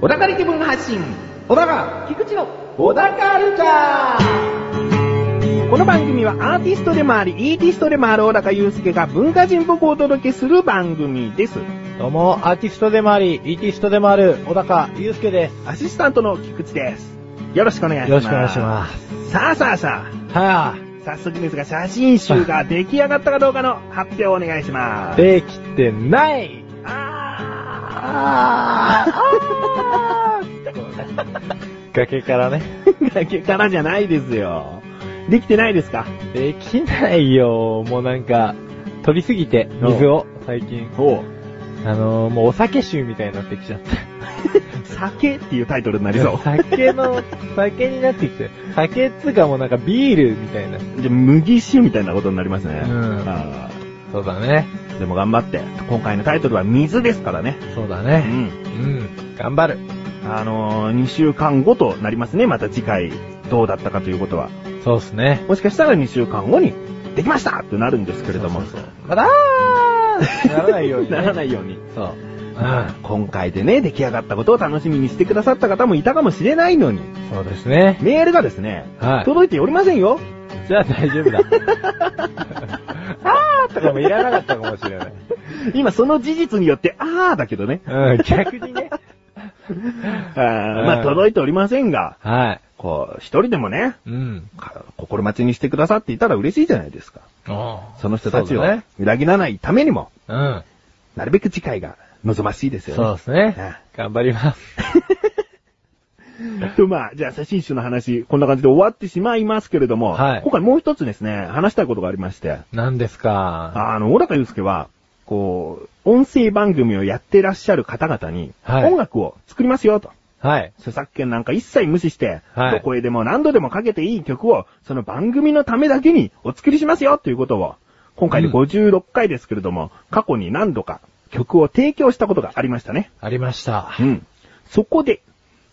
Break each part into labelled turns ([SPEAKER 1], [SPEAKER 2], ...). [SPEAKER 1] 小高り気分発信小高菊池の小高ルチャーこの番組はアーティストでもあり、イーティストでもある小高祐介が文化人っぽくお届けする番組です。
[SPEAKER 2] どうも、アーティストでもあり、イーティストでもある、小高祐介です。
[SPEAKER 1] アシスタントの菊池です。よろしくお願いします。
[SPEAKER 2] よろしくお願いします。
[SPEAKER 1] す。さあさあさあ、
[SPEAKER 2] は
[SPEAKER 1] 早速ですが、写真集が出来上がったかどうかの発表をお願いしま
[SPEAKER 2] ぁ、
[SPEAKER 1] す。
[SPEAKER 2] できてない
[SPEAKER 1] あーあー
[SPEAKER 2] 崖からね。
[SPEAKER 1] 崖からじゃないですよ。できてないですか
[SPEAKER 2] できないよもうなんか、取りすぎて、水を、最近。
[SPEAKER 1] おう。
[SPEAKER 2] あのー、もうお酒臭みたいになってきちゃった。
[SPEAKER 1] 酒っていうタイトルになりそう。
[SPEAKER 2] 酒の、酒になってきて、酒っつうかもうなんかビールみたいな。
[SPEAKER 1] じゃあ、麦酒みたいなことになりますね。
[SPEAKER 2] うん
[SPEAKER 1] あ
[SPEAKER 2] そうだね。
[SPEAKER 1] ーでも頑張って。今回のタイトルは水ですからね。
[SPEAKER 2] そうだ
[SPEAKER 1] う
[SPEAKER 2] ね。
[SPEAKER 1] ん。
[SPEAKER 2] うん。頑張る。
[SPEAKER 1] あのー、2週間後となりますね。また次回、どうだったかということは。
[SPEAKER 2] そうっすね。
[SPEAKER 1] もしかしたら2週間後に、できましたってなるんですけれども。
[SPEAKER 2] そうそうそうまだーなら ないように、ね。。
[SPEAKER 1] ならないいように。
[SPEAKER 2] そう。
[SPEAKER 1] あー今回でね、出来上がったことを楽しみにしてくださった方もいたかもしれないのに、
[SPEAKER 2] うん。そうですね。
[SPEAKER 1] メールがですね、
[SPEAKER 2] はい。
[SPEAKER 1] 届いておりませんよ。
[SPEAKER 2] じゃあ大丈夫だ。 あーとかもいらなかったかもしれない。
[SPEAKER 1] 今その事実によって、あーだけどね。
[SPEAKER 2] うん、逆にね。
[SPEAKER 1] あーま
[SPEAKER 2] う
[SPEAKER 1] あ
[SPEAKER 2] ん
[SPEAKER 1] 届いておりませんが、
[SPEAKER 2] はい。
[SPEAKER 1] こう、一人でもね、
[SPEAKER 2] うん。
[SPEAKER 1] か心待ちにしてくださっていたら嬉しいじゃないですか。その人たちを
[SPEAKER 2] そうだね。
[SPEAKER 1] 裏切らないためにも、
[SPEAKER 2] うん。
[SPEAKER 1] なるべく次回が望ましいですよね。
[SPEAKER 2] そうですね
[SPEAKER 1] あ。
[SPEAKER 2] 頑張ります。
[SPEAKER 1] と、まあ、じゃあ、写真集の話、こんな感じで終わってしまいますけれども、
[SPEAKER 2] はい
[SPEAKER 1] 今回もう一つですね、話したいことがありまして、
[SPEAKER 2] 何ですか
[SPEAKER 1] あの、小高祐介は、こう、音声番組をやってらっしゃる方々に、
[SPEAKER 2] はい
[SPEAKER 1] 音楽を作りますよと。
[SPEAKER 2] はい。
[SPEAKER 1] 著作権なんか一切無視して、
[SPEAKER 2] はい
[SPEAKER 1] どこへでも何度でもかけていい曲を、その番組のためだけにお作りしますよということを、今回で
[SPEAKER 2] うん
[SPEAKER 1] 56回ですけれども、過去に何度か曲を提供したことがありましたね。
[SPEAKER 2] ありました
[SPEAKER 1] う。ん。そこで、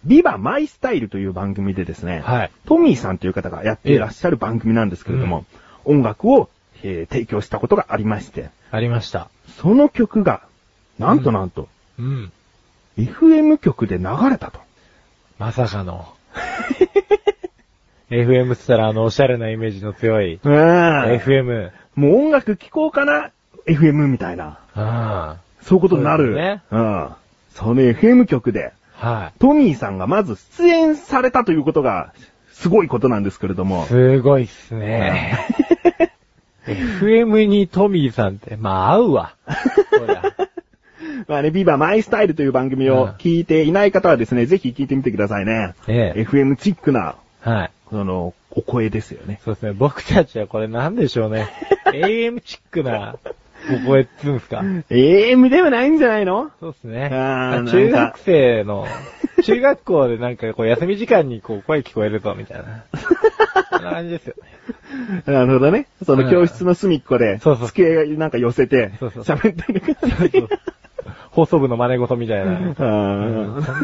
[SPEAKER 1] ビバマイスタイルという番組でですね、
[SPEAKER 2] はい。
[SPEAKER 1] トミーさんという方がやっていらっしゃる番組なんですけれども、音楽を、えー提供したことがありまして、
[SPEAKER 2] ありました。
[SPEAKER 1] その曲が、なんとなんと、
[SPEAKER 2] うん。
[SPEAKER 1] FM 曲で流れたと。
[SPEAKER 2] まさか の。FM っつったらあの、おしゃれなイメージの強い。FM。
[SPEAKER 1] もう音楽聴こうかな ?FM みたいな。
[SPEAKER 2] あ
[SPEAKER 1] そういうことにな
[SPEAKER 2] そ
[SPEAKER 1] る。
[SPEAKER 2] うですね
[SPEAKER 1] うん。その FM 曲で、
[SPEAKER 2] あ。は
[SPEAKER 1] トミーさんがまず出演されたということが、すごいことなんですけれど
[SPEAKER 2] い。
[SPEAKER 1] も。
[SPEAKER 2] すごいっすね。FM にトミーさんって、まあ合うわ。そりゃ
[SPEAKER 1] まあね、ビバマイスタイルという番組を聞いていない方はですね、ぜひ聞いてみてくださいね。
[SPEAKER 2] ええ
[SPEAKER 1] FM チックな、
[SPEAKER 2] はい。
[SPEAKER 1] その、お声ですよね。
[SPEAKER 2] そうですね。僕たちはこれなんでしょうね。AM チックな、お声っつうんすか。
[SPEAKER 1] AM ではないんじゃないの
[SPEAKER 2] そうですね。
[SPEAKER 1] あーな
[SPEAKER 2] 中
[SPEAKER 1] んか
[SPEAKER 2] 学生の、中学校でなんかこう休み時間にこう声聞こえるぞみたいな。そんな感じですよね。
[SPEAKER 1] なるほどね。その教室の隅っこで、
[SPEAKER 2] そうそう
[SPEAKER 1] 机なんか寄せて、
[SPEAKER 2] そうそう
[SPEAKER 1] 喋ってる感
[SPEAKER 2] そう
[SPEAKER 1] じ。
[SPEAKER 2] そう放送部の真似事みたいな。
[SPEAKER 1] あ
[SPEAKER 2] そ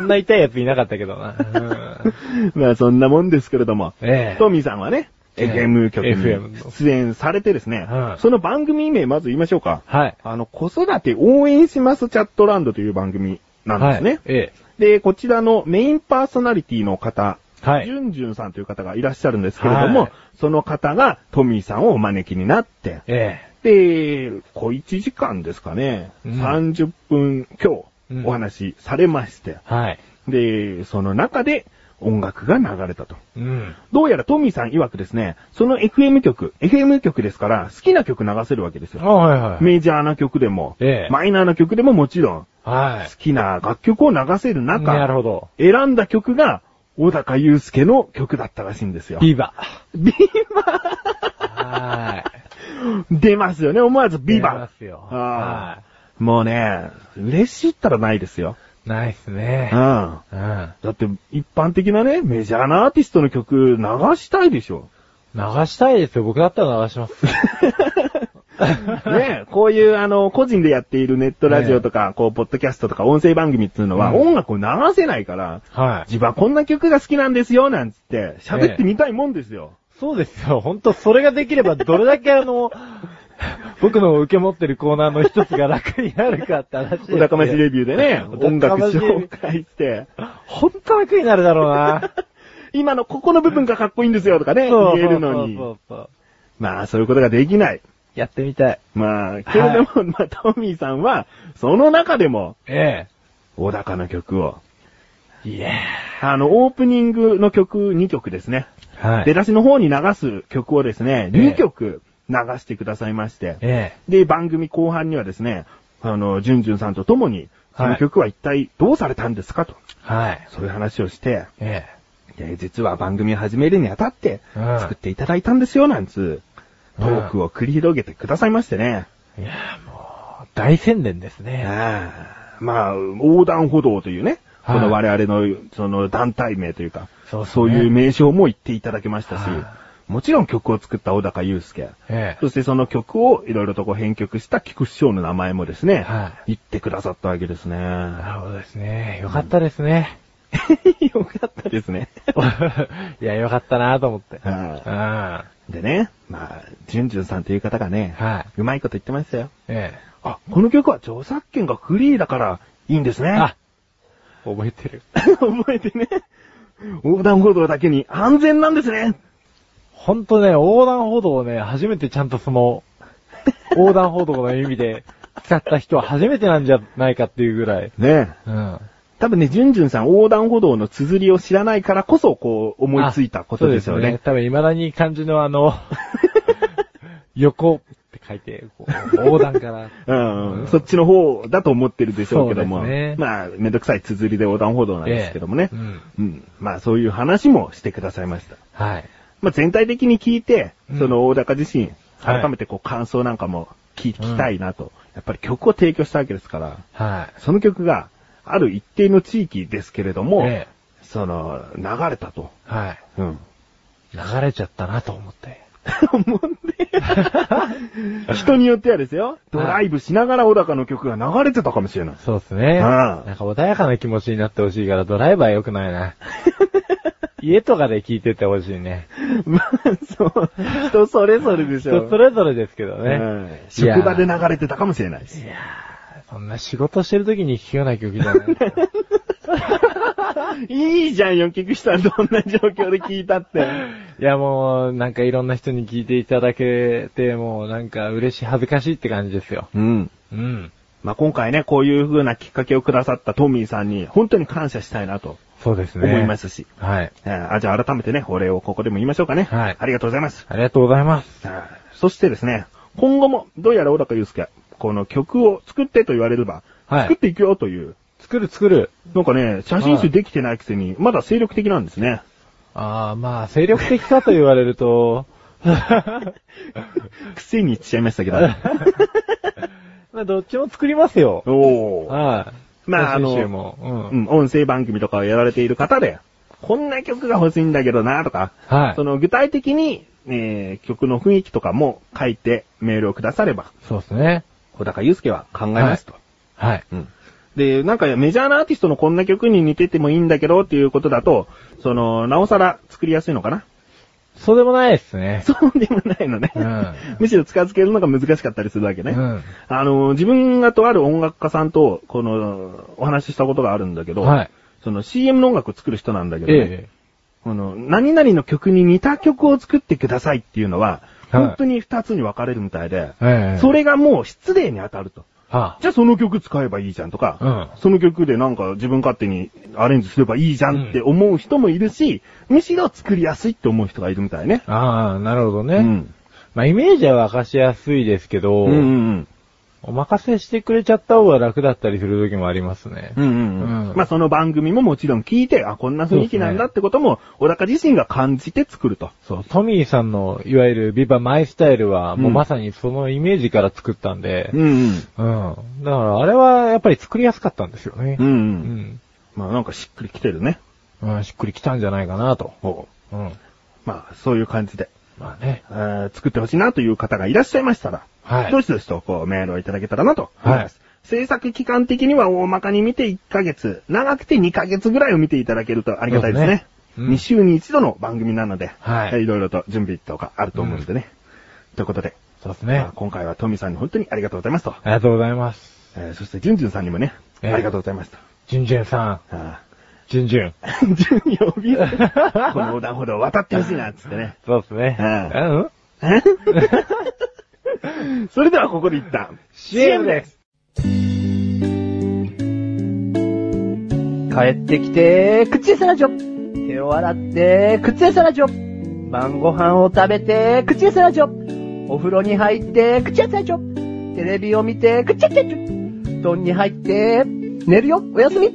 [SPEAKER 2] んな痛いやついなかったけ どな。うん
[SPEAKER 1] ーまあそんなもんですけれども、
[SPEAKER 2] ええ
[SPEAKER 1] トミーさんはね、
[SPEAKER 2] ええ
[SPEAKER 1] FM 局
[SPEAKER 2] FM
[SPEAKER 1] に
[SPEAKER 2] の
[SPEAKER 1] 出演されてですね、
[SPEAKER 2] はい
[SPEAKER 1] その番組名まず言いましょうか。
[SPEAKER 2] はい。
[SPEAKER 1] あの、子育て応援しますチャットランドという番組なんですね。
[SPEAKER 2] はい。ええ。
[SPEAKER 1] で、こちらのメインパーソナリティの方、
[SPEAKER 2] はい
[SPEAKER 1] ジュンジュンさんという方がいらっしゃるんですけれども、
[SPEAKER 2] はい
[SPEAKER 1] その方がトミーさんをお招きになって、
[SPEAKER 2] え
[SPEAKER 1] で、小1時間ですかね、
[SPEAKER 2] うん
[SPEAKER 1] 30分今
[SPEAKER 2] うん
[SPEAKER 1] 日お話しされまして
[SPEAKER 2] え。、はい。
[SPEAKER 1] で、その中で音楽が流れたと。
[SPEAKER 2] うん。
[SPEAKER 1] どうやらトミーさん曰くですね、その FM 曲、FM 曲ですから好きな曲流せるわけです
[SPEAKER 2] あ
[SPEAKER 1] よ。
[SPEAKER 2] はいはい。
[SPEAKER 1] メジャーな曲でも、
[SPEAKER 2] ええ
[SPEAKER 1] マイナーな曲でももちろん、
[SPEAKER 2] はい
[SPEAKER 1] 好。きな楽曲を流せる中、
[SPEAKER 2] なるほど。
[SPEAKER 1] 選んだ曲が、小高祐介の曲だったらしいんですよ。
[SPEAKER 2] ビバ。
[SPEAKER 1] ビ
[SPEAKER 2] バはい。
[SPEAKER 1] 出ますよね、思わずビバ
[SPEAKER 2] 出ますよ
[SPEAKER 1] あーもうね、嬉しいったらないですよ。
[SPEAKER 2] ないっす
[SPEAKER 1] うん。
[SPEAKER 2] ね。
[SPEAKER 1] だ
[SPEAKER 2] うん。
[SPEAKER 1] って、一般的なね、メジャーなアーティストの曲流したいでしょ。
[SPEAKER 2] 流したいですよ。僕だったら流します。
[SPEAKER 1] ねこういう、あの、個人でやっているネットラジオとか、こう、ポッドキャストとか音声番組っていうのは、
[SPEAKER 2] うん
[SPEAKER 1] 音楽を流せないから、
[SPEAKER 2] はい。
[SPEAKER 1] 自分はこんな曲が好きなんですよ、なんつって、喋ってみたいもんですよ。
[SPEAKER 2] そうですよ。ほんと、それができれば、どれだけあの、 僕の受け持ってるコーナーの一つが楽になるかって話です
[SPEAKER 1] お
[SPEAKER 2] よ
[SPEAKER 1] 高ましレビューでね、音楽紹。介して、
[SPEAKER 2] ほんと楽になるだろうな。
[SPEAKER 1] 今のここの部分がかっこいいんですよとかね、言えるの
[SPEAKER 2] そうそ
[SPEAKER 1] に。
[SPEAKER 2] うそうそう
[SPEAKER 1] まあ、そういうことができない。
[SPEAKER 2] やってみたい。
[SPEAKER 1] まあ、けれども、まあ、トミーさんは、その中でも、
[SPEAKER 2] え
[SPEAKER 1] 小高の曲を、
[SPEAKER 2] え。いや
[SPEAKER 1] あの、オープニングの曲2曲ですね。
[SPEAKER 2] は
[SPEAKER 1] 出だしの方に流す曲をですね、
[SPEAKER 2] ええ
[SPEAKER 1] 2曲流してくださいまして。
[SPEAKER 2] え
[SPEAKER 1] で、番組後半にはですね、あの、ジュンジュンさんと共に、
[SPEAKER 2] は
[SPEAKER 1] そ
[SPEAKER 2] い
[SPEAKER 1] の曲は一体どうされたんですかと、
[SPEAKER 2] え。はい。
[SPEAKER 1] そういう話をして、
[SPEAKER 2] え
[SPEAKER 1] で実は番組を始めるにあたって、
[SPEAKER 2] うん
[SPEAKER 1] 作っていただいたんですよ、なんつう、トークを繰り広げてくださいましてね。
[SPEAKER 2] え。いやもう、大宣伝ですね。
[SPEAKER 1] ああまあ、横断歩道というね、
[SPEAKER 2] はい
[SPEAKER 1] この我々の、その団体名というか、
[SPEAKER 2] そうですね
[SPEAKER 1] そういう名称も言っていただきましたし
[SPEAKER 2] は、
[SPEAKER 1] もちろん曲を作った小高祐介、
[SPEAKER 2] え
[SPEAKER 1] そしてその曲をいろいろとこう編曲した菊師匠の名前もですね、
[SPEAKER 2] は
[SPEAKER 1] 言ってくださったわけですね。
[SPEAKER 2] え。なるほどですね。よかったですね。
[SPEAKER 1] よかったですね。
[SPEAKER 2] いや、よかったなと思って。
[SPEAKER 1] はいうでね、まあ、じゅんじゅんさんという方がね、
[SPEAKER 2] はいう
[SPEAKER 1] まいこと言ってましたよ。
[SPEAKER 2] ん。え
[SPEAKER 1] あ、この曲は著作権がフリーだからいいんですね。
[SPEAKER 2] え。あ、覚えてる。
[SPEAKER 1] 覚えてね。横断歩道だけに安全なんですね。
[SPEAKER 2] ほんとね、横断歩道をね、初めてちゃんとその、横断歩道の意味で使った人は初めてなんじゃないかっていうぐらい。
[SPEAKER 1] ねえ。
[SPEAKER 2] うん。
[SPEAKER 1] 多分ね、じゅんじゅんさん横断歩道の綴りを知らないからこそ、こう、思いついたことですよ
[SPEAKER 2] そう
[SPEAKER 1] ね。
[SPEAKER 2] 多分未だに漢字のあの、 横って書いて、こう横断から。
[SPEAKER 1] うん、
[SPEAKER 2] うん
[SPEAKER 1] そっちの方だと思ってるでしょうけども。
[SPEAKER 2] そうですね
[SPEAKER 1] まあ、めんどくさい綴りで横断歩道なんですけどもね。
[SPEAKER 2] ええうん
[SPEAKER 1] うん。まあ、そういう話もしてくださいました。
[SPEAKER 2] はい。
[SPEAKER 1] まあ、全体的に聞いて
[SPEAKER 2] う、ん
[SPEAKER 1] その大高自身、
[SPEAKER 2] はい
[SPEAKER 1] 改めてこう感想なんかも聞きたいなと、やっぱり曲を提供したわけですから、
[SPEAKER 2] は
[SPEAKER 1] その曲がある一定の地域ですけれど
[SPEAKER 2] い。
[SPEAKER 1] も、
[SPEAKER 2] ええ
[SPEAKER 1] その、流れたと。
[SPEAKER 2] はい。
[SPEAKER 1] うん。
[SPEAKER 2] 流れちゃったなと思って。
[SPEAKER 1] もんね。人によってはですよ、ドライブしながら小高の曲が流れてたかもしれない。
[SPEAKER 2] そうですね。
[SPEAKER 1] うん
[SPEAKER 2] なんか穏やかな気持ちになってほしいから、ドライバー良くない な。家とかで聞いててほしいね。
[SPEAKER 1] まあ、そう、人それぞれでしょ。
[SPEAKER 2] 人それぞれですけどね。
[SPEAKER 1] うん職場で流れてたかもしれないし。
[SPEAKER 2] いやー、そんな仕事してる時に聞くような曲じゃない。
[SPEAKER 1] いいじゃんよ、菊池さんどんな状況で聞いたって。
[SPEAKER 2] いやもう、なんかいろんな人に聞いていただけて、もうなんか嬉しい、恥ずかしいって感じですよ。
[SPEAKER 1] うん。
[SPEAKER 2] うん。
[SPEAKER 1] まあ、今回ね、こういう風なきっかけをくださったトミーさんに、本当に感謝したいなと
[SPEAKER 2] そうですね。
[SPEAKER 1] 思いま。すし。
[SPEAKER 2] はい。
[SPEAKER 1] えーあじゃあ改めてね、お礼をここでも言いましょうかね。
[SPEAKER 2] はい
[SPEAKER 1] ありがとうございます。
[SPEAKER 2] ありがとうございます。
[SPEAKER 1] あーそしてですね、今後も、どうやら小高祐介、この曲を作ってと言われれば、
[SPEAKER 2] はい
[SPEAKER 1] 作っていくよという、
[SPEAKER 2] 作る作る。
[SPEAKER 1] なんかね、写真集できてないくせに、まだ精力的なんです ね。
[SPEAKER 2] あー、まあ、精力的かと言われると、
[SPEAKER 1] くせに言っちゃいましたけど。
[SPEAKER 2] まあ、どっちも作りますよ。
[SPEAKER 1] おー。
[SPEAKER 2] はい。
[SPEAKER 1] まああの
[SPEAKER 2] 編集も、うん。
[SPEAKER 1] うん、音声番組とかをやられている方で、こんな曲が欲しいんだけどなとか、
[SPEAKER 2] はい。
[SPEAKER 1] その具体的に、えー、曲の雰囲気とかも書いてメールをくだされば、
[SPEAKER 2] そうですね。
[SPEAKER 1] 小高祐介は考えますと。
[SPEAKER 2] はい。
[SPEAKER 1] うん。で、なんかメジャーなアーティストのこんな曲に似ててもいいんだけどっていうことだと、その、なおさら作りやすいのかな
[SPEAKER 2] そうでもないですね。
[SPEAKER 1] そうでもないのね。
[SPEAKER 2] うん
[SPEAKER 1] むしろ近づけるのが難しかったりするわけね。
[SPEAKER 2] うん
[SPEAKER 1] あの、自分がとある音楽家さんと、この、お話ししたことがあるんだけど、
[SPEAKER 2] はい
[SPEAKER 1] その CM の音楽を作る人なんだけど、ね
[SPEAKER 2] ええ。
[SPEAKER 1] この、何々の曲に似た曲を作ってくださいっていうのは、
[SPEAKER 2] はい
[SPEAKER 1] 本当に二つに分かれるみたいで、
[SPEAKER 2] ええ。
[SPEAKER 1] それがもう失礼に当たると。
[SPEAKER 2] は
[SPEAKER 1] じゃあその曲使えばいいじゃんとか、
[SPEAKER 2] うん
[SPEAKER 1] その曲でなんか自分勝手にアレンジすればいいじゃんって思う人もいるし、むしろ作りやすいって思う人がいるみたいね。
[SPEAKER 2] あ。ああ、なるほどね。
[SPEAKER 1] うん。
[SPEAKER 2] まあ、イメージは沸かしやすいですけど、
[SPEAKER 1] うんうん
[SPEAKER 2] お任せしてくれちゃった方が楽だったりする時もありますね。
[SPEAKER 1] うん。うんうんうん
[SPEAKER 2] うん
[SPEAKER 1] まあその番組ももちろん聞いて、あ、こんな雰囲気なんだってことも、小高自身が感じて作ると。
[SPEAKER 2] そう、トミーさんの、いわゆるビバマイスタイルは、もうまさにそのイメージから作ったんで、
[SPEAKER 1] うんうん。
[SPEAKER 2] うん。だから、あれはやっぱり作りやすかったんですよね
[SPEAKER 1] うん、う。。
[SPEAKER 2] うんん。
[SPEAKER 1] まあなんかしっくりきてるね。
[SPEAKER 2] うん、しっくりきたんじゃないかなと。
[SPEAKER 1] ほう
[SPEAKER 2] うん。
[SPEAKER 1] まあそういう感じで。
[SPEAKER 2] まあね。
[SPEAKER 1] えー作ってほしいなという方がいらっしゃいましたら、
[SPEAKER 2] はい
[SPEAKER 1] どしどしとこうメールをいただけたらなと思います。制作期間的には大まかに見て1ヶ月、長くて2ヶ月ぐらいを見ていただけるとありがたいですね。
[SPEAKER 2] うん
[SPEAKER 1] 2週に一度の番組なので、
[SPEAKER 2] はい
[SPEAKER 1] えいろいろと準備とかあると思うんでね。ということで、
[SPEAKER 2] そうです
[SPEAKER 1] ま
[SPEAKER 2] ね
[SPEAKER 1] あ。今回はトミさんに本当にありがとうございますと。
[SPEAKER 2] ありがとうございます。
[SPEAKER 1] えーそして、ジュンジュンさんにもね、
[SPEAKER 2] ええ
[SPEAKER 1] ありがとうございますと。
[SPEAKER 2] じゅんじゅんさん、
[SPEAKER 1] あ
[SPEAKER 2] じゅんじゅん。
[SPEAKER 1] ー ジュンに呼び、こ の横断歩道を渡ってほしいな、つってね。
[SPEAKER 2] そうですね。
[SPEAKER 1] うん
[SPEAKER 2] うん
[SPEAKER 1] それではここで一旦、
[SPEAKER 2] ?CM です。
[SPEAKER 3] 帰ってきて、口エサラジョ。手を洗って、口エサラジョ。晩ご飯を食べて、口エサラジョ。お風呂に入って、口エサラジョ。テレビを見て、口エサラジョ。布団に入って、寝るよ、おやすみ。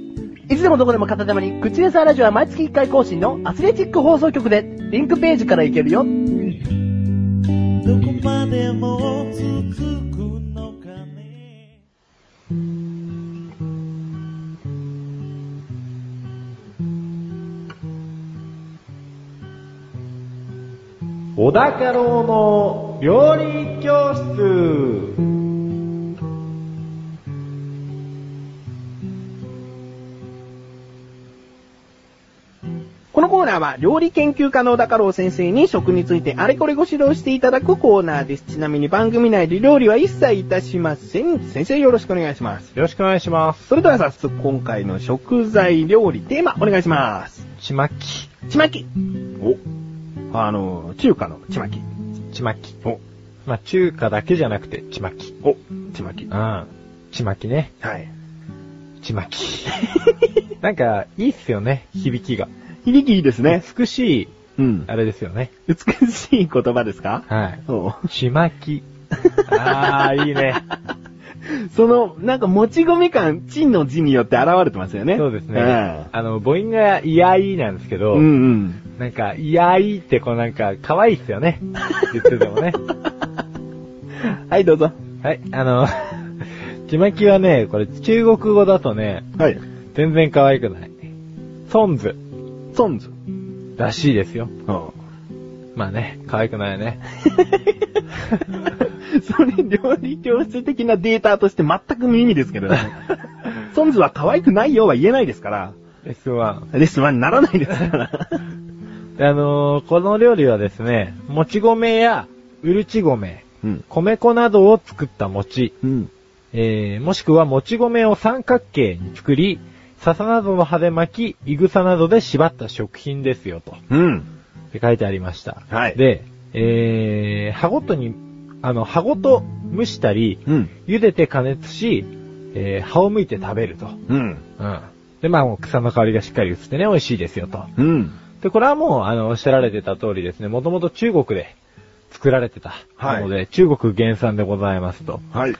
[SPEAKER 3] いつでもどこでも片手間に、口エサラジョは毎月1回更新のアスレチック放送局で、リンクページから行けるよ。
[SPEAKER 4] どこまでも続くのかね
[SPEAKER 2] 小田家老の料理教室。
[SPEAKER 1] このコーナーは料理研究家の小高郎先生に食についてあれこれご指導していただくコーナーです。ちなみに番組内で料理は一切いたしません。先生よろしくお願いします。
[SPEAKER 2] よろしくお願いします。
[SPEAKER 1] それでは早速今回の食材料理テーマお願いします。
[SPEAKER 2] ちまき。
[SPEAKER 1] ちまき。お。あの、中華のちまき。
[SPEAKER 2] ちまき。
[SPEAKER 1] お。
[SPEAKER 2] まあ、中華だけじゃなくて、ちまき。
[SPEAKER 1] お。ちまき。
[SPEAKER 2] うん。ちまきね。
[SPEAKER 1] はい。
[SPEAKER 2] ちま き。なんか、いいっすよね。響きが。
[SPEAKER 1] 響きいいですね。
[SPEAKER 2] 美しい、
[SPEAKER 1] うん。
[SPEAKER 2] あれですよね。
[SPEAKER 1] 美しい言葉ですか
[SPEAKER 2] はい。
[SPEAKER 1] そう。
[SPEAKER 2] ちまき。ああ、いいね。
[SPEAKER 1] その、なんか、もち米感、チンの字によって現れてますよね。
[SPEAKER 2] そうですね。
[SPEAKER 1] ええ
[SPEAKER 2] あの、母音が、いやいなんですけど、
[SPEAKER 1] うんうん。
[SPEAKER 2] なんか、いやいって、こうなんか、可愛いっすよね。言ってても ね。
[SPEAKER 1] はい、どうぞ。
[SPEAKER 2] はい、あの、ちまきはね、これ中国語だとね、
[SPEAKER 1] はい。
[SPEAKER 2] 全然可愛くない。ソンズ
[SPEAKER 1] ソンズ。
[SPEAKER 2] らしいですよ。
[SPEAKER 1] うん。
[SPEAKER 2] まあね、可愛くないね。
[SPEAKER 1] それ、料理教室的なデータとして全く無意味ですけど ね。ソンズは可愛くないよは言えないですから。
[SPEAKER 2] S1。
[SPEAKER 1] レストランにならないですから。
[SPEAKER 2] であのーこの料理はですね、もち米やうるち米、
[SPEAKER 1] うん。
[SPEAKER 2] 米粉などを作った餅、
[SPEAKER 1] うん。
[SPEAKER 2] えー、もしくはもち米を三角形に作り、笹などの葉で巻き、いぐさなどで縛った食品ですよ、と。
[SPEAKER 1] うん。
[SPEAKER 2] って書いてありました。
[SPEAKER 1] はい
[SPEAKER 2] で、えー、歯ごとに、あの、歯ごと蒸したり、
[SPEAKER 1] うん。
[SPEAKER 2] 茹でて加熱し、えー、歯を剥いて食べると。
[SPEAKER 1] うん。
[SPEAKER 2] うん。で、まあ、もう草の香りがしっかり移ってね、美味しいですよと。
[SPEAKER 1] うん。
[SPEAKER 2] で、これはもう、あの、おっしゃられてた通りですね、もともと中国で作られてた。
[SPEAKER 1] はい
[SPEAKER 2] なので、中国原産でございますと。
[SPEAKER 1] はい。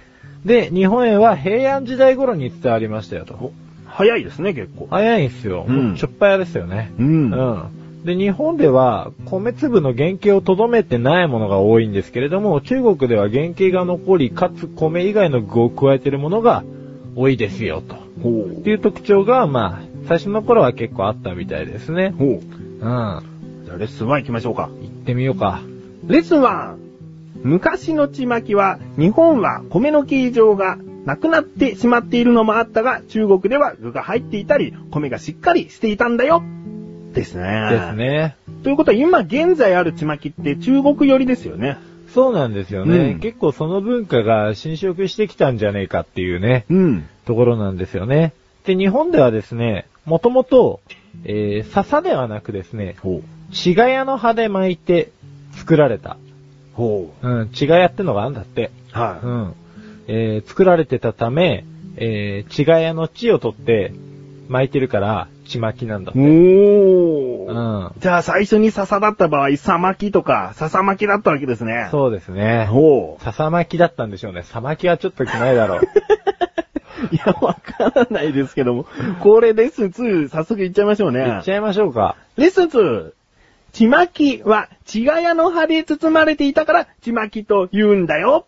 [SPEAKER 2] で、日本へは平安時代頃に伝わりましたよと。
[SPEAKER 1] 早いですね、結構。
[SPEAKER 2] 早いんすよ。
[SPEAKER 1] うん
[SPEAKER 2] もうちょっぱやですよね。
[SPEAKER 1] うん。
[SPEAKER 2] うん。で、日本では米粒の原型をとどめてないものが多いんですけれども、中国では原型が残り、かつ米以外の具を加えているものが多いですよ、と。
[SPEAKER 1] ほ
[SPEAKER 2] っていう特徴が、まあ、最初の頃は結構あったみたいですね
[SPEAKER 1] う。。ほう。
[SPEAKER 2] うん。
[SPEAKER 1] じゃあ、レッスン1行きましょうか。
[SPEAKER 2] 行ってみようか。
[SPEAKER 1] レッスン1。昔のちまきは、日本は米の形状がなくなってしまっているのもあったが、中国では具が入っていたり、米がしっかりしていたんだよ。ですね。
[SPEAKER 2] です。ね。
[SPEAKER 1] ということは、今現在あるちまきって中国寄りですよね。
[SPEAKER 2] そうなんですよね。
[SPEAKER 1] うん
[SPEAKER 2] 結構その文化が侵食してきたんじゃねえかっていうね。
[SPEAKER 1] うん。
[SPEAKER 2] ところなんですよね。で、日本ではですね、もともと、えー、笹ではなくですね、
[SPEAKER 1] ほう。
[SPEAKER 2] チガヤの葉で巻いて作られた。
[SPEAKER 1] ほ
[SPEAKER 2] うん、チガヤってのがあんだって。
[SPEAKER 1] う。はい。
[SPEAKER 2] うん。えー、作られてたため、えー、チガヤの血を取って巻いてるから、血巻きなんだ。
[SPEAKER 1] お
[SPEAKER 2] う
[SPEAKER 1] ー。
[SPEAKER 2] ん。
[SPEAKER 1] じゃあ、最初に笹だった場合、さ巻きとか、笹巻きだったわけですね。
[SPEAKER 2] そうですね。
[SPEAKER 1] ほ
[SPEAKER 2] 笹巻きだったんでしょうね。さ巻きはちょっと来ない だろう。
[SPEAKER 1] う。いや、わからないですけども、これレッスン2、早速行っちゃいましょうね。
[SPEAKER 2] 行っちゃいましょうか。
[SPEAKER 1] レッスン2。ちまきは、ちがやの葉で包まれていたから、ちまきと言うんだよ。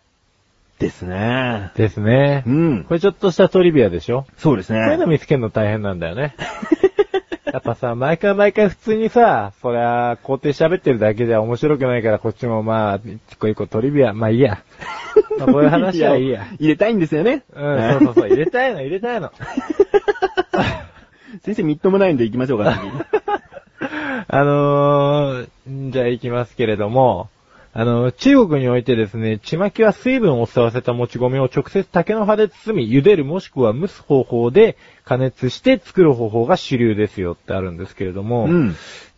[SPEAKER 1] ですね。
[SPEAKER 2] ですね
[SPEAKER 1] う。ん
[SPEAKER 2] こ。れちょっとしたトリビアでしょ
[SPEAKER 1] そうです
[SPEAKER 2] そういうの
[SPEAKER 1] ね。
[SPEAKER 2] 見つけるの大変なんだよね。 やっぱさ、毎回毎回普通にさ、そりゃ、校庭喋ってるだけじゃ面白くないから、こっちもまあ、一個一個トリビア、まあいいや。まあこういう話はいいや。
[SPEAKER 1] 入れたいんですよね。
[SPEAKER 2] うん、 そうそうそう、入れたいの、入れたいの。。
[SPEAKER 1] 先生、みっともないんで行きましょうか、次
[SPEAKER 2] あのー、じゃあ行きますけれども、あの、中国においてですね、ちまきは水分を吸わせたもち米を直接竹の葉で包み、茹でるもしくは蒸す方法で加熱して作る方法が主流ですよってあるんですけれども、
[SPEAKER 1] うん。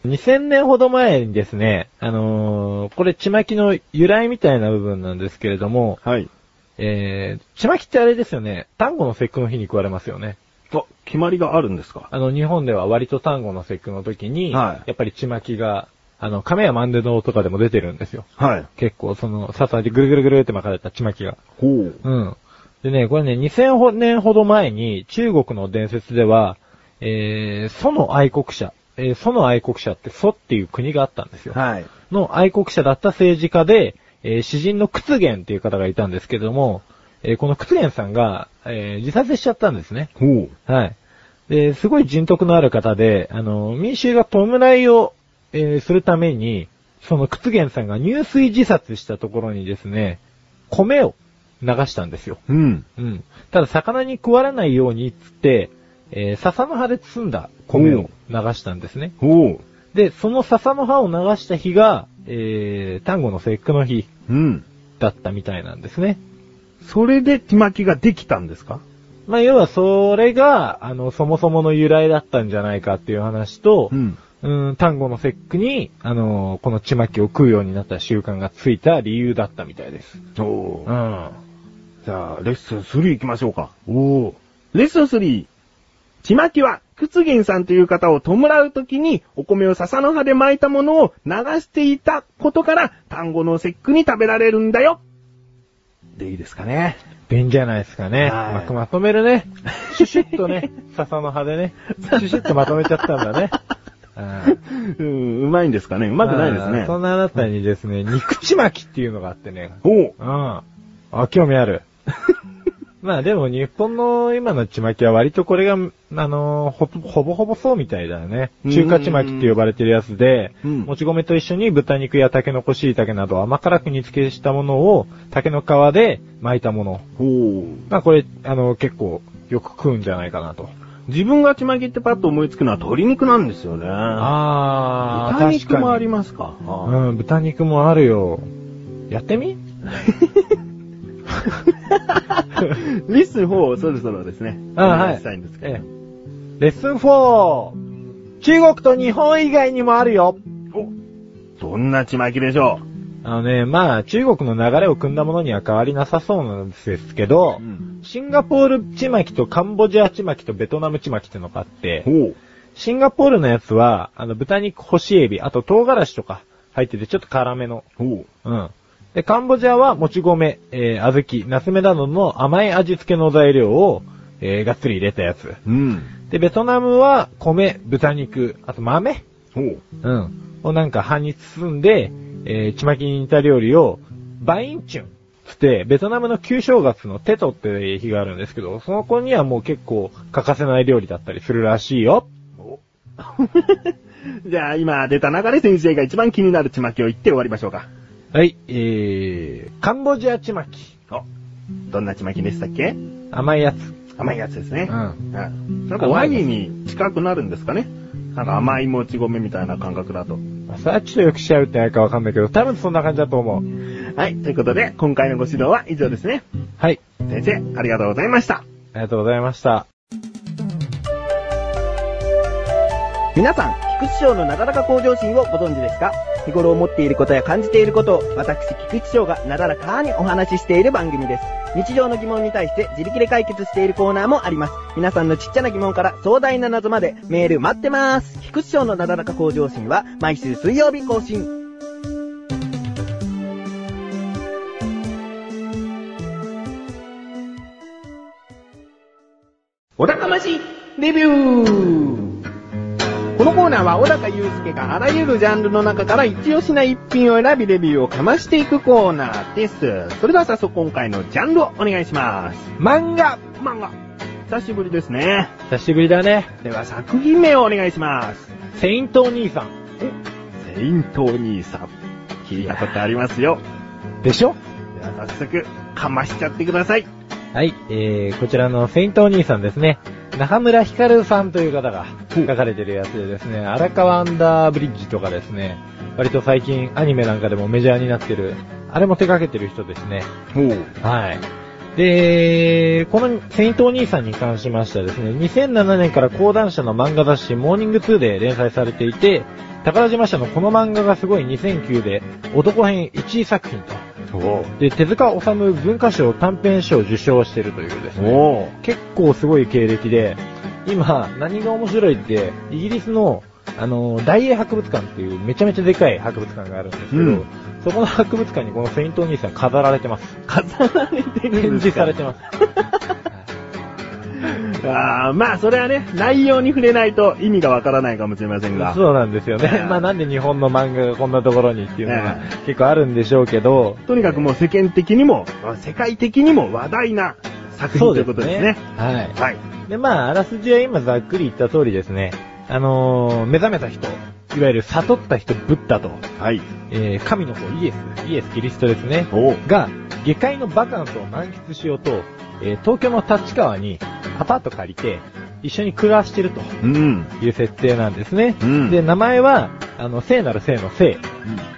[SPEAKER 2] 2000年ほど前にですね、あのーこれちまきの由来みたいな部分なんですけれども、
[SPEAKER 1] はい。
[SPEAKER 2] えー、ちまきってあれですよね、単語の節句の日に食われますよね。
[SPEAKER 1] あ、決まりがあるんですか
[SPEAKER 2] あの、日本では割と単語の節句の時に、
[SPEAKER 1] はい
[SPEAKER 2] やっぱりちまきが、あの、亀や万年堂とかでも出てるんですよ。
[SPEAKER 1] はい。
[SPEAKER 2] 結構、その、笹でぐるぐるぐるって巻かれたちまきが。
[SPEAKER 1] ほう。
[SPEAKER 2] うん。でね、これね、2000年ほど前に中国の伝説では、えー、その愛国者、えー、その愛国者って祖っていう国があったんですよ。
[SPEAKER 1] はい。
[SPEAKER 2] の愛国者だった政治家で、えー詩人の屈原っていう方がいたんですけども、えーこの屈原さんが、えー自殺しちゃったんですね。
[SPEAKER 1] ほう。
[SPEAKER 2] はい。で、すごい人徳のある方で、あの、民衆が弔いを、えーするために、その屈原さんが入水自殺したところにですね、米を流したんですよ。
[SPEAKER 1] うん。
[SPEAKER 2] うん。ただ、魚に食われないようにっつって、えー笹の葉で包んだ米を流したんですね。
[SPEAKER 1] ほう。
[SPEAKER 2] で、その笹の葉を流した日が、えー、単語の節句の日
[SPEAKER 1] うん。
[SPEAKER 2] だったみたいなんですね。
[SPEAKER 1] それでちまきができたんですか
[SPEAKER 2] まあ、要はそれが、あの、そもそもの由来だったんじゃないかっていう話と、
[SPEAKER 1] ん。
[SPEAKER 2] うん、単語の節句に、あのーこのちまきを食うようになった習慣がついた理由だったみたいです。
[SPEAKER 1] お
[SPEAKER 2] う
[SPEAKER 1] ー
[SPEAKER 2] ん。
[SPEAKER 1] じゃあ、レッスン3行きましょうか。おレッスン 3! ちまきは、屈原さんという方を弔うときに、お米を笹の葉で巻いたものを流していたことから、単語の節句に食べられるんだよでいいですかね。
[SPEAKER 2] 便じゃないですかね。
[SPEAKER 1] はいう
[SPEAKER 2] まくまとめるね。シュシュッと ね、笹の葉でね、シュシュッとまとめちゃったんだね。うん
[SPEAKER 1] うん、うまいんですかね。うまくないです
[SPEAKER 2] あー
[SPEAKER 1] ね。
[SPEAKER 2] そんなあなたにですね、肉ちまきっていうのがあってね。
[SPEAKER 1] おう
[SPEAKER 2] うん。あ、興味 ある。まあでも日本の今のちまきは割とこれが、あのーほ、ほぼほぼそうみたいだよね。中華ちまきって呼ばれてるやつで、
[SPEAKER 1] うん
[SPEAKER 2] もち米と一緒に豚肉や竹のこしいなど甘辛く煮付けしたものを竹の皮で巻いたもの。
[SPEAKER 1] おう
[SPEAKER 2] まあこれ、あのー結構よく食うんじゃないかなと。
[SPEAKER 1] 自分がちまきってパッと思いつくのは鶏肉なんですよね。あ
[SPEAKER 2] あ
[SPEAKER 1] 豚肉もあり
[SPEAKER 2] ま
[SPEAKER 1] ますか。あ
[SPEAKER 2] うん、豚肉もあるよ。やってみ
[SPEAKER 1] ー リッスン4をそろそろですね。
[SPEAKER 2] あは
[SPEAKER 1] お願
[SPEAKER 2] い。
[SPEAKER 1] したいんですけど。
[SPEAKER 2] ええレッスン 4! 中国と日本以外にもあるよ
[SPEAKER 1] おどんなちまきでしょ
[SPEAKER 2] あのね、まあ、中国の流れを組んだものには変わりなさそうなんですけど
[SPEAKER 1] う、ん。
[SPEAKER 2] シンガポールちまきとカンボジアちまきとベトナムちまきってのがあって、
[SPEAKER 1] ほう。
[SPEAKER 2] シンガポールのやつは、あの、豚肉、干しエビ、あと唐辛子とか入っててちょっと辛めの。
[SPEAKER 1] ほう。
[SPEAKER 2] うん。で、カンボジアは、もち米、えー、小豆、ナスメなどの甘い味付けの材料を、えー、がっつり入れたやつ。
[SPEAKER 1] うん。
[SPEAKER 2] で、ベトナムは米、豚肉、あと豆
[SPEAKER 1] ほう。
[SPEAKER 2] うん。をなんか半に包んで、えー、ちまきに似た料理を、バインチュン。つって、ベトナムの旧正月のテトっていう日があるんですけど、その子にはもう結構欠かせない料理だったりするらしいよ。
[SPEAKER 1] じゃあ今出た中で先生が一番気になるちまきを言って終わりましょうか。
[SPEAKER 2] はい、えー、カンボジアちまき。
[SPEAKER 1] お。どんなちまきでしたっけ
[SPEAKER 2] 甘いやつ。
[SPEAKER 1] 甘いやつですね。
[SPEAKER 2] うん
[SPEAKER 1] ん。なんかワニに近くなるんですかねなんか甘いもち米みたいな感覚だと。
[SPEAKER 2] まあ、それはちょっとよくしちゃうってないかわかんないけど、多分そんな感じだと思う。
[SPEAKER 1] はい。ということで、今回のご指導は以上ですね。
[SPEAKER 2] はい、
[SPEAKER 1] 先生、ありがとうございました。
[SPEAKER 2] ありがとうございました。
[SPEAKER 3] 皆さん、菊池賞のなだらか向上心をご存知ですか日頃思っていることや感じていることを、私、菊池賞がなだらかにお話ししている番組です。日常の疑問に対して自力で解決しているコーナーもあります。皆さんのちっちゃな疑問から壮大な謎までメール待ってます。菊池賞のなだらか向上心は毎週水曜日更新。
[SPEAKER 1] お高ましレビューこのコーナーは小高祐介があらゆるジャンルの中から一押しな一品を選びレビューをかましていくコーナーです。それでは早速今回のジャンルをお願いします。
[SPEAKER 2] 漫画
[SPEAKER 1] 漫画。久しぶりですね。
[SPEAKER 2] 久しぶりだね。
[SPEAKER 1] では作品名をお願いします。
[SPEAKER 2] セイントお兄さん。
[SPEAKER 1] セイントお兄さん。聞いたことありますよ。
[SPEAKER 2] でしょ
[SPEAKER 1] では早速、かましちゃってください。
[SPEAKER 2] はい、えー、こちらのセイントお兄さんですね。中村ひかるさんという方が書かれてるやつでですね、荒川アンダーブリッジとかですね、割と最近アニメなんかでもメジャーになってる、あれも手掛けてる人ですね。
[SPEAKER 1] ほう。
[SPEAKER 2] はい。で、このセイントお兄さんに関しましてはですね、2007年から講談社の漫画雑誌モーニング2で連載されていて、宝島社のこの漫画がすごい2009で男編1位作品と。
[SPEAKER 1] お
[SPEAKER 2] で、手塚治虫文化賞短編賞を受賞してるというですね、
[SPEAKER 1] お
[SPEAKER 2] 結構すごい経歴で、今何が面白いって、イギリスのあの、大英博物館っていうめちゃめちゃでかい博物館があるんですけど、
[SPEAKER 1] うん
[SPEAKER 2] そこの博物館にこのセイントお兄さん飾られてます。
[SPEAKER 1] 飾られて
[SPEAKER 2] 展
[SPEAKER 1] るんです
[SPEAKER 2] 示
[SPEAKER 1] か
[SPEAKER 2] されてます。
[SPEAKER 1] あーまあ、それはね、内容に触れないと意味がわからないかもしれませんが。
[SPEAKER 2] そうなんですよ
[SPEAKER 1] ええ
[SPEAKER 2] ね。まあなんで日本の漫画がこんなところにっていうのが
[SPEAKER 1] え
[SPEAKER 2] 結構あるんでしょうけど、
[SPEAKER 1] とにかくもう世間的にも、あ世界的にも話題な作品ということですね。
[SPEAKER 2] は
[SPEAKER 1] はい。
[SPEAKER 2] い。で、まああらすじは今ざっくり言った通りですね。あのー、目覚めた人、いわゆる悟った人、ブッダと、
[SPEAKER 1] はい。
[SPEAKER 2] えー、神の子イエス、イエス・キリストですね。
[SPEAKER 1] お
[SPEAKER 2] が、下界のバカンスを満喫しようと、えー東京の立川にアパート借りて、一緒に暮らしてると
[SPEAKER 1] うん。
[SPEAKER 2] いう設定なんですね。
[SPEAKER 1] うん
[SPEAKER 2] で、名前は、あの、聖なる聖の聖。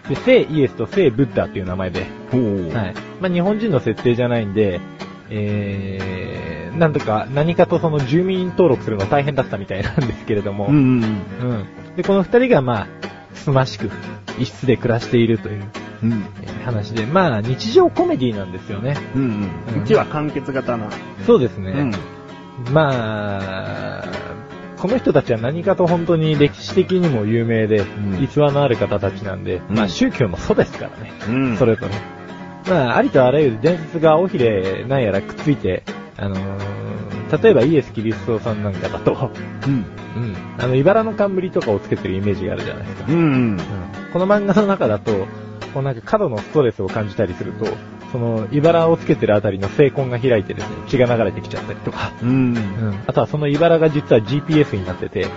[SPEAKER 2] で、聖イエスと聖ブッダっていう名前で。
[SPEAKER 1] ほう。
[SPEAKER 2] はい。まあ、日本人の設定じゃないんで、えー、なんとか、何かとその住民登録するの大変だったみたいなんですけれども。
[SPEAKER 1] うん。
[SPEAKER 2] うんで、この二人がまあ、つつましく、一室で暮らしているという、
[SPEAKER 1] うん。
[SPEAKER 2] えー話で、まあ、日常コメディなんですよね。
[SPEAKER 1] うん。うちは完結型な。
[SPEAKER 2] そうですね。
[SPEAKER 1] うん。
[SPEAKER 2] まあ、この人たちは何かと本当に歴史的にも有名で、
[SPEAKER 1] ん
[SPEAKER 2] 逸話のある方たちなんで、
[SPEAKER 1] うん
[SPEAKER 2] まあ宗教もそうですからね。
[SPEAKER 1] うん
[SPEAKER 2] それとね。まあ、ありとあらゆる伝説が尾ひれなんやらくっついて、あのー例えばイエス・キリストさんなんかだと、
[SPEAKER 1] うん。
[SPEAKER 2] うん、あの、茨の冠とかをつけてるイメージがあるじゃないですか。
[SPEAKER 1] うん。
[SPEAKER 2] うんこの漫画の中だと、こうなんか過度のストレスを感じたりすると、その、茨をつけてるあたりの精根が開いてですね、血が流れてきちゃったりとか、
[SPEAKER 1] うん。
[SPEAKER 2] うんあとはその茨が実は GPS になってて、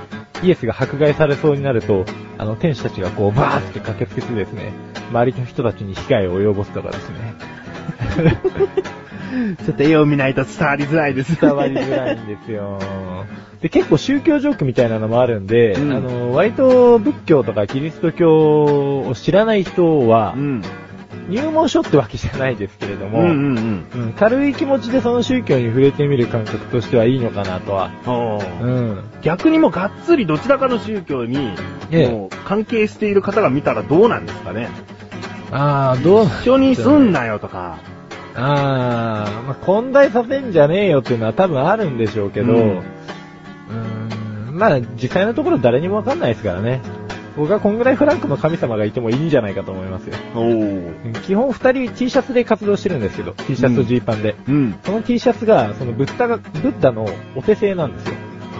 [SPEAKER 2] イエスが迫害されそうになると、あの、天使たちがこう、バーって駆けつけてですね、周りの人たちに被害を及ぼすとかですね、
[SPEAKER 1] ちょっと絵を見ないと伝わりづらいです。
[SPEAKER 2] 伝わりづらいんですよ。 で、結構宗教ジョークみたいなのもあるんで、
[SPEAKER 1] うん
[SPEAKER 2] あの、割と仏教とかキリスト教を知らない人は
[SPEAKER 1] う、ん。
[SPEAKER 2] 入門書ってわけじゃないですけれど
[SPEAKER 1] うん
[SPEAKER 2] も、
[SPEAKER 1] うんうん。
[SPEAKER 2] うん軽い気持ちでその宗教に触れてみる感覚としてはいいのかなとは。
[SPEAKER 1] お
[SPEAKER 2] う
[SPEAKER 1] ー
[SPEAKER 2] ん。
[SPEAKER 1] 逆にもうがっつりどちらかの宗教に、
[SPEAKER 2] ええ
[SPEAKER 1] もう関係している方が見たらどうなんですかね。
[SPEAKER 2] ああ、どう
[SPEAKER 1] 一緒に住んなよとか。
[SPEAKER 2] あー、まあ、混在させんじゃねえよっていうのは多分あるんでしょうけど、
[SPEAKER 1] う
[SPEAKER 2] うんん、ん、まあ、実際のところ誰にもわかんないですからね。僕はこんぐらいフランクの神様がいてもいいんじゃないかと思いますよ。
[SPEAKER 1] おお。
[SPEAKER 2] うん基本二人 T シャツで活動してるんですけど、T シャツとジーパンで。
[SPEAKER 1] うん。
[SPEAKER 2] その T シャツが、そのブッダが、ブッダのお手製なんですよ。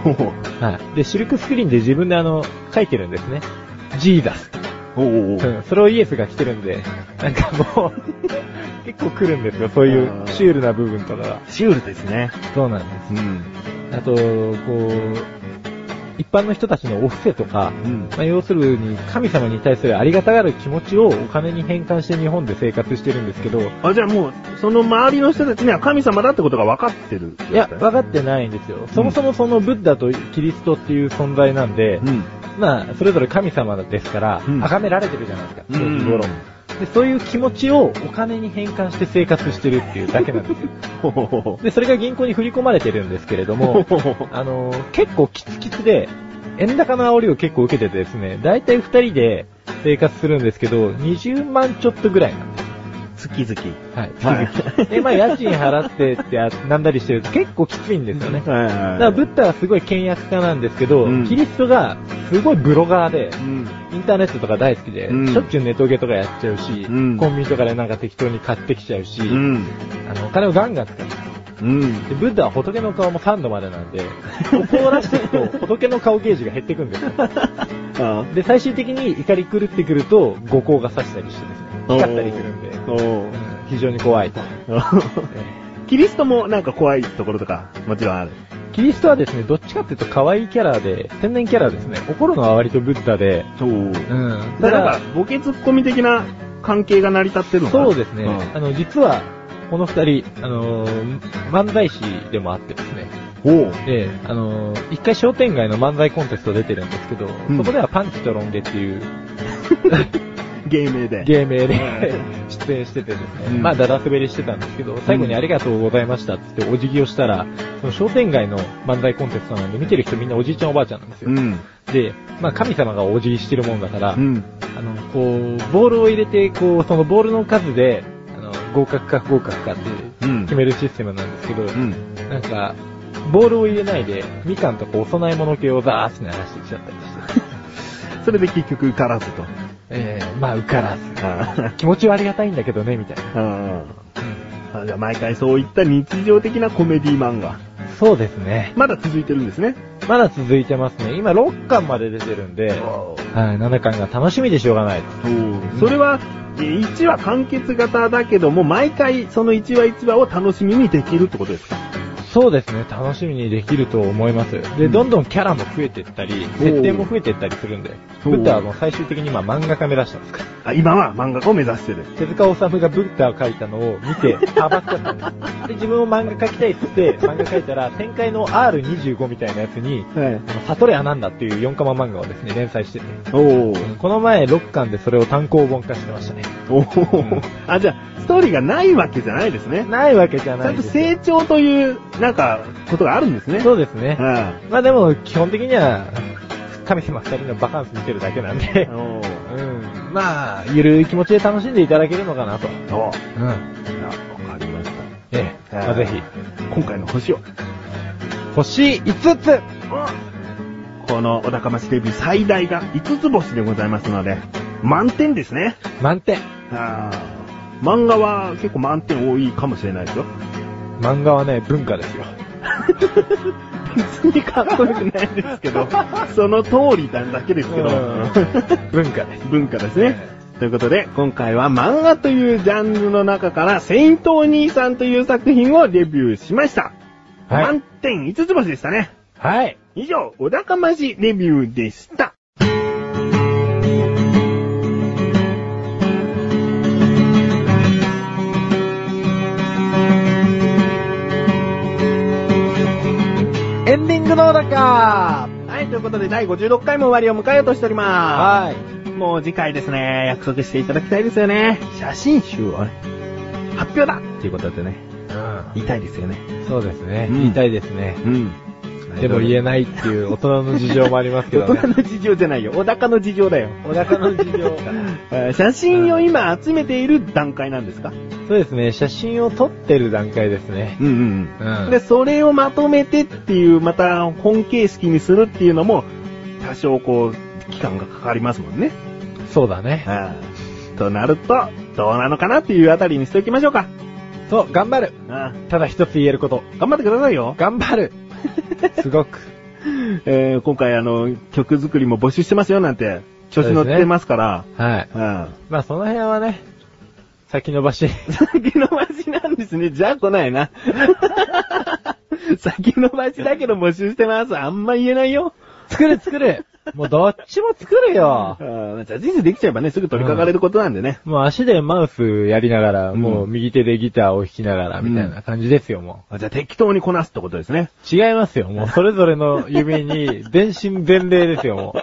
[SPEAKER 1] おお。
[SPEAKER 2] はい。で、シルクスクリーンで自分であの、書いてるんですね。ジーザスと。
[SPEAKER 1] おお
[SPEAKER 2] う。ん、それをイエスが来てるんで、なんかもう、結構来るんですよ、そういうシュールな部分とかが。
[SPEAKER 1] シュールですね。
[SPEAKER 2] そうなんです。
[SPEAKER 1] うん。
[SPEAKER 2] あと、こう、一般の人たちのお布施とか、
[SPEAKER 1] うん。
[SPEAKER 2] まあ、要するに神様に対するありがたがる気持ちをお金に変換して日本で生活してるんですけど、
[SPEAKER 1] あ、じゃあもう、その周りの人たちには神様だってことが分かってる。
[SPEAKER 2] いや、分かってないんですよ。そもそもそのブッダとキリストっていう存在なんで、
[SPEAKER 1] うん。
[SPEAKER 2] まあ、それぞれ神様ですから、
[SPEAKER 1] うん
[SPEAKER 2] 崇められてるじゃないですか、
[SPEAKER 1] う
[SPEAKER 2] そうんいう頃で、そういう気持ちをお金に変換して生活してるっていうだけなんです よ。
[SPEAKER 1] ほほほほ。
[SPEAKER 2] で、それが銀行に振り込まれてるんですけれども、あのー結構キツキツで、円高の煽りを結構受けててですね、だいたい二人で生活するんですけど、20万ちょっとぐらいなんです。
[SPEAKER 1] 月々。
[SPEAKER 2] はい。
[SPEAKER 1] はい
[SPEAKER 2] で、まあ家賃払ってってあなんだりしてると結構きついんですよね。だ
[SPEAKER 1] はいはい。
[SPEAKER 2] からブッダはすごい倹約家なんですけど、
[SPEAKER 1] うん
[SPEAKER 2] キリストがすごいブロガーで、
[SPEAKER 1] うん。
[SPEAKER 2] インターネットとか大好きで、
[SPEAKER 1] うん
[SPEAKER 2] しょっちゅうネトゲとかやっちゃうし、
[SPEAKER 1] うん
[SPEAKER 2] コンビニとかでなんか適当に買ってきちゃうし、
[SPEAKER 1] うん。
[SPEAKER 2] あの、お金をガンガン使って、
[SPEAKER 1] うん。
[SPEAKER 2] で、ブッダは仏の顔も3度までなんで、ここを出していく と仏の顔ゲージが減っていくんですよ。
[SPEAKER 1] あ
[SPEAKER 2] で、最終的に怒り狂ってくると、五光が刺したりしてですね、光ったりするんで、
[SPEAKER 1] おお。
[SPEAKER 2] うん非常に怖いと。
[SPEAKER 1] キリストもなんか怖いところとか、もちろんある。
[SPEAKER 2] キリストはですね、どっちかっていうと可愛いキャラで、天然キャラですね、怒るのは割とブッダで、
[SPEAKER 1] そう。
[SPEAKER 2] うん
[SPEAKER 1] だから、ボケツッコミ的な関係が成り立ってるのかな
[SPEAKER 2] そうですね、
[SPEAKER 1] ん
[SPEAKER 2] あの、実は、この二人、あのー漫才師でもあってですね。
[SPEAKER 1] おう。
[SPEAKER 2] で、あのー一回商店街の漫才コンテスト出てるんですけど、
[SPEAKER 1] ん
[SPEAKER 2] そこではパンチとロン毛っていう
[SPEAKER 1] 芸名で。
[SPEAKER 2] 芸名で出演しててですね、
[SPEAKER 1] うん
[SPEAKER 2] まあ、だだ滑りしてたんですけど、最後にありがとうございましたって言ってお辞儀をしたら、その商店街の漫才コンテストなんで見てる人みんなおじいちゃんおばあちゃんなんですよ。
[SPEAKER 1] うん。
[SPEAKER 2] で、まあ、神様がお辞儀してるもんだから、
[SPEAKER 1] うん。
[SPEAKER 2] あの、こう、ボールを入れて、こう、そのボールの数で、あの、合格か不合格かって
[SPEAKER 1] うん
[SPEAKER 2] 決めるシステムなんですけど、
[SPEAKER 1] うん。
[SPEAKER 2] なんか、ボールを入れないで、みかんとかお供え物系をザーッて流してきちゃったりして、
[SPEAKER 1] それで結局受からず と。
[SPEAKER 2] ええまあ、受からず。
[SPEAKER 1] あ
[SPEAKER 2] 気持ちはありがたいんだけどね、みたいな。
[SPEAKER 1] あ。あじゃあ毎回そういった日常的なコメディ漫画。
[SPEAKER 2] そうですね。
[SPEAKER 1] まだ続いてるんですね。
[SPEAKER 2] まだ続いてますね。今6巻まで出てるんで、は
[SPEAKER 1] お
[SPEAKER 2] い、7巻が楽しみでしょうがないです。
[SPEAKER 1] ーそれは、1話完結型だけども、毎回その1話1話を楽しみにできるってことですか
[SPEAKER 2] そうですね、楽しみにできると思います。で、どんどんキャラも増えてったり、設定も増えてったりするんで、
[SPEAKER 1] お
[SPEAKER 2] ブッダはもう最終的に今漫画家目指したんですから。
[SPEAKER 1] あ今は漫画家を目指してる。
[SPEAKER 2] 手塚治虫がブッダを描いたのを見 て、ハマっちゃったんです。で、自分も漫画描きたいっつって、漫画描いたら、展開の R25 みたいなやつに、
[SPEAKER 1] はい。
[SPEAKER 2] あのサトレアなんだっていう4コマ漫画をですね、連載してて。
[SPEAKER 1] お
[SPEAKER 2] うん
[SPEAKER 1] ー。
[SPEAKER 2] この前6巻でそれを単行本化してましたね。
[SPEAKER 1] おー。あ、じゃあ、ストーリーがないわけじゃないですね。
[SPEAKER 2] ないわけじゃ
[SPEAKER 1] ちゃ
[SPEAKER 2] なんい
[SPEAKER 1] と
[SPEAKER 2] ですよ。
[SPEAKER 1] 成長という、なんか、ことがあるんですね。
[SPEAKER 2] そうですね。
[SPEAKER 1] は
[SPEAKER 2] まあでも、基本的には、神様二人のバカンス見てるだけなん
[SPEAKER 1] い
[SPEAKER 2] で、
[SPEAKER 1] おー
[SPEAKER 2] うん。まあ、ゆるい気持ちで楽しんでいただけるのかなと。
[SPEAKER 1] おー
[SPEAKER 2] うん。
[SPEAKER 1] いやわかりまし
[SPEAKER 2] ええ。
[SPEAKER 1] た。
[SPEAKER 2] まあ、ぜひ。。
[SPEAKER 1] 今回の星を。
[SPEAKER 2] 星5つ
[SPEAKER 1] このお高ましデビュー最大が5つ星でございますので、満点ですね。
[SPEAKER 2] 満点
[SPEAKER 1] あー漫画は結構満点多いかもしれないですよ。
[SPEAKER 2] 漫画はね、文化ですよ。
[SPEAKER 1] 別にかっこよくないですけ ど、その通りなんだけですけど、
[SPEAKER 2] 文 化です。
[SPEAKER 1] 文化ですね。ということで、今回は漫画というジャンルの中から、セイントお兄さんという作品をレビューしました。
[SPEAKER 2] はい
[SPEAKER 1] 満点5つ星でしたね。
[SPEAKER 2] はい。
[SPEAKER 1] 以上、小高ましレビューでした。
[SPEAKER 2] エンディングのだか
[SPEAKER 1] はい、ということで第56回も終わりを迎えようとしておりま
[SPEAKER 2] はい。
[SPEAKER 1] す。もう次回ですね、約束していただきたいですよね。写真集をね、発表だっていうことでね、
[SPEAKER 2] う
[SPEAKER 1] 言いたいですよね。
[SPEAKER 2] ん。そうですね。
[SPEAKER 1] うん
[SPEAKER 2] 言いたいですね。
[SPEAKER 1] うん。
[SPEAKER 2] でも言えないっていう大人の事情もありますけ
[SPEAKER 1] 大
[SPEAKER 2] どね
[SPEAKER 1] 人。の事情じゃないよ。小高の事情だよ。
[SPEAKER 2] お腹の事情。
[SPEAKER 1] えー写真を今集めている段階なんですか
[SPEAKER 2] そうですね、写真を撮ってる段階ですね。
[SPEAKER 1] うんうん
[SPEAKER 2] うん
[SPEAKER 1] で、それをまとめてっていう、また本形式にするっていうのも、多少こう、期間がかかりますもんね。
[SPEAKER 2] そうだね。
[SPEAKER 1] ああとなると、どうなのかなっていうあたりにしておきましょうか。
[SPEAKER 2] そう、頑張る。
[SPEAKER 1] ああ
[SPEAKER 2] ただ一つ言える こと。
[SPEAKER 1] 頑張ってくださいよ。
[SPEAKER 2] 頑張る。すごく。
[SPEAKER 1] えー今回あの、曲作りも募集してますよなんて、調子乗ってますから。
[SPEAKER 2] はい。
[SPEAKER 1] ああ
[SPEAKER 2] まあその辺はね、先延ばし。
[SPEAKER 1] 先延ばしなんですね。じゃあ来ないな。先延ばしだけど募集してます。あんま言えないよ。
[SPEAKER 2] 作る作る。もうどっちも作るよ。
[SPEAKER 1] ああじゃあ人生できちゃえばね、すぐ取り掛かれることなんでね。
[SPEAKER 2] もう足でマウスやりながら、
[SPEAKER 1] うん
[SPEAKER 2] もう右手でギターを弾きながら、みたいな感じですよ、も
[SPEAKER 1] あじゃあ適当にこなすってことです ね。
[SPEAKER 2] う。違いますよ、もうそれぞれの指に全身全霊ですよ、もう。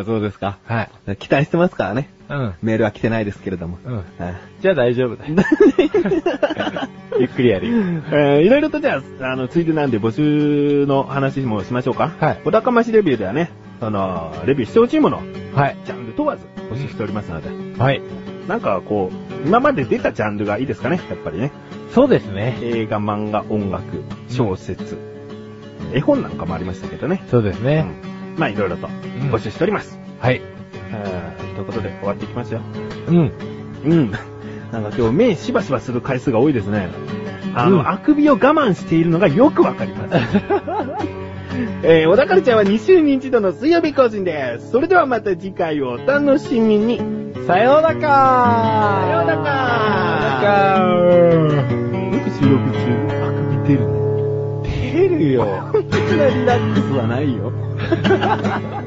[SPEAKER 1] あそうですか。
[SPEAKER 2] はい。
[SPEAKER 1] 期待してますからね。
[SPEAKER 2] うん。
[SPEAKER 1] メールは来てないですけれども。
[SPEAKER 2] うん。
[SPEAKER 1] あ
[SPEAKER 2] じゃあ大丈夫だ よ。 ゆっくりやるよ。
[SPEAKER 1] えーいろいろとじゃあ、あの、ついでなんで募集の話もしましょうか。
[SPEAKER 2] はい
[SPEAKER 1] 小高ましレビューではね、その、レビューしてほしいもの、
[SPEAKER 2] はい。
[SPEAKER 1] ジャンル問わず募集しておりますので、
[SPEAKER 2] はい。
[SPEAKER 1] なんかこう、今まで出たジャンルがいいですかね、やっぱりね。
[SPEAKER 2] そうですね。
[SPEAKER 1] 映画、漫画、音楽、小説、絵本なんかもありましたけどね。
[SPEAKER 2] そうです
[SPEAKER 1] う
[SPEAKER 2] ね。
[SPEAKER 1] ん。まあ、いろいろと募集しております。
[SPEAKER 2] はい。
[SPEAKER 1] えーということで、終わっていきますよ。
[SPEAKER 2] うん。
[SPEAKER 1] うん。なんか今日目しばしばする回数が多いですね。あの、
[SPEAKER 2] うん
[SPEAKER 1] あくびを我慢しているのがよくわかり ます。えー、小田カルちゃんは2週に1度の水曜日更新です。それではまた次回をお楽しみに。
[SPEAKER 2] さようならか
[SPEAKER 1] さようなら
[SPEAKER 2] さようならか
[SPEAKER 1] よく収録中、あくび出るね。
[SPEAKER 2] 出るよ。
[SPEAKER 1] リラックスはないよ。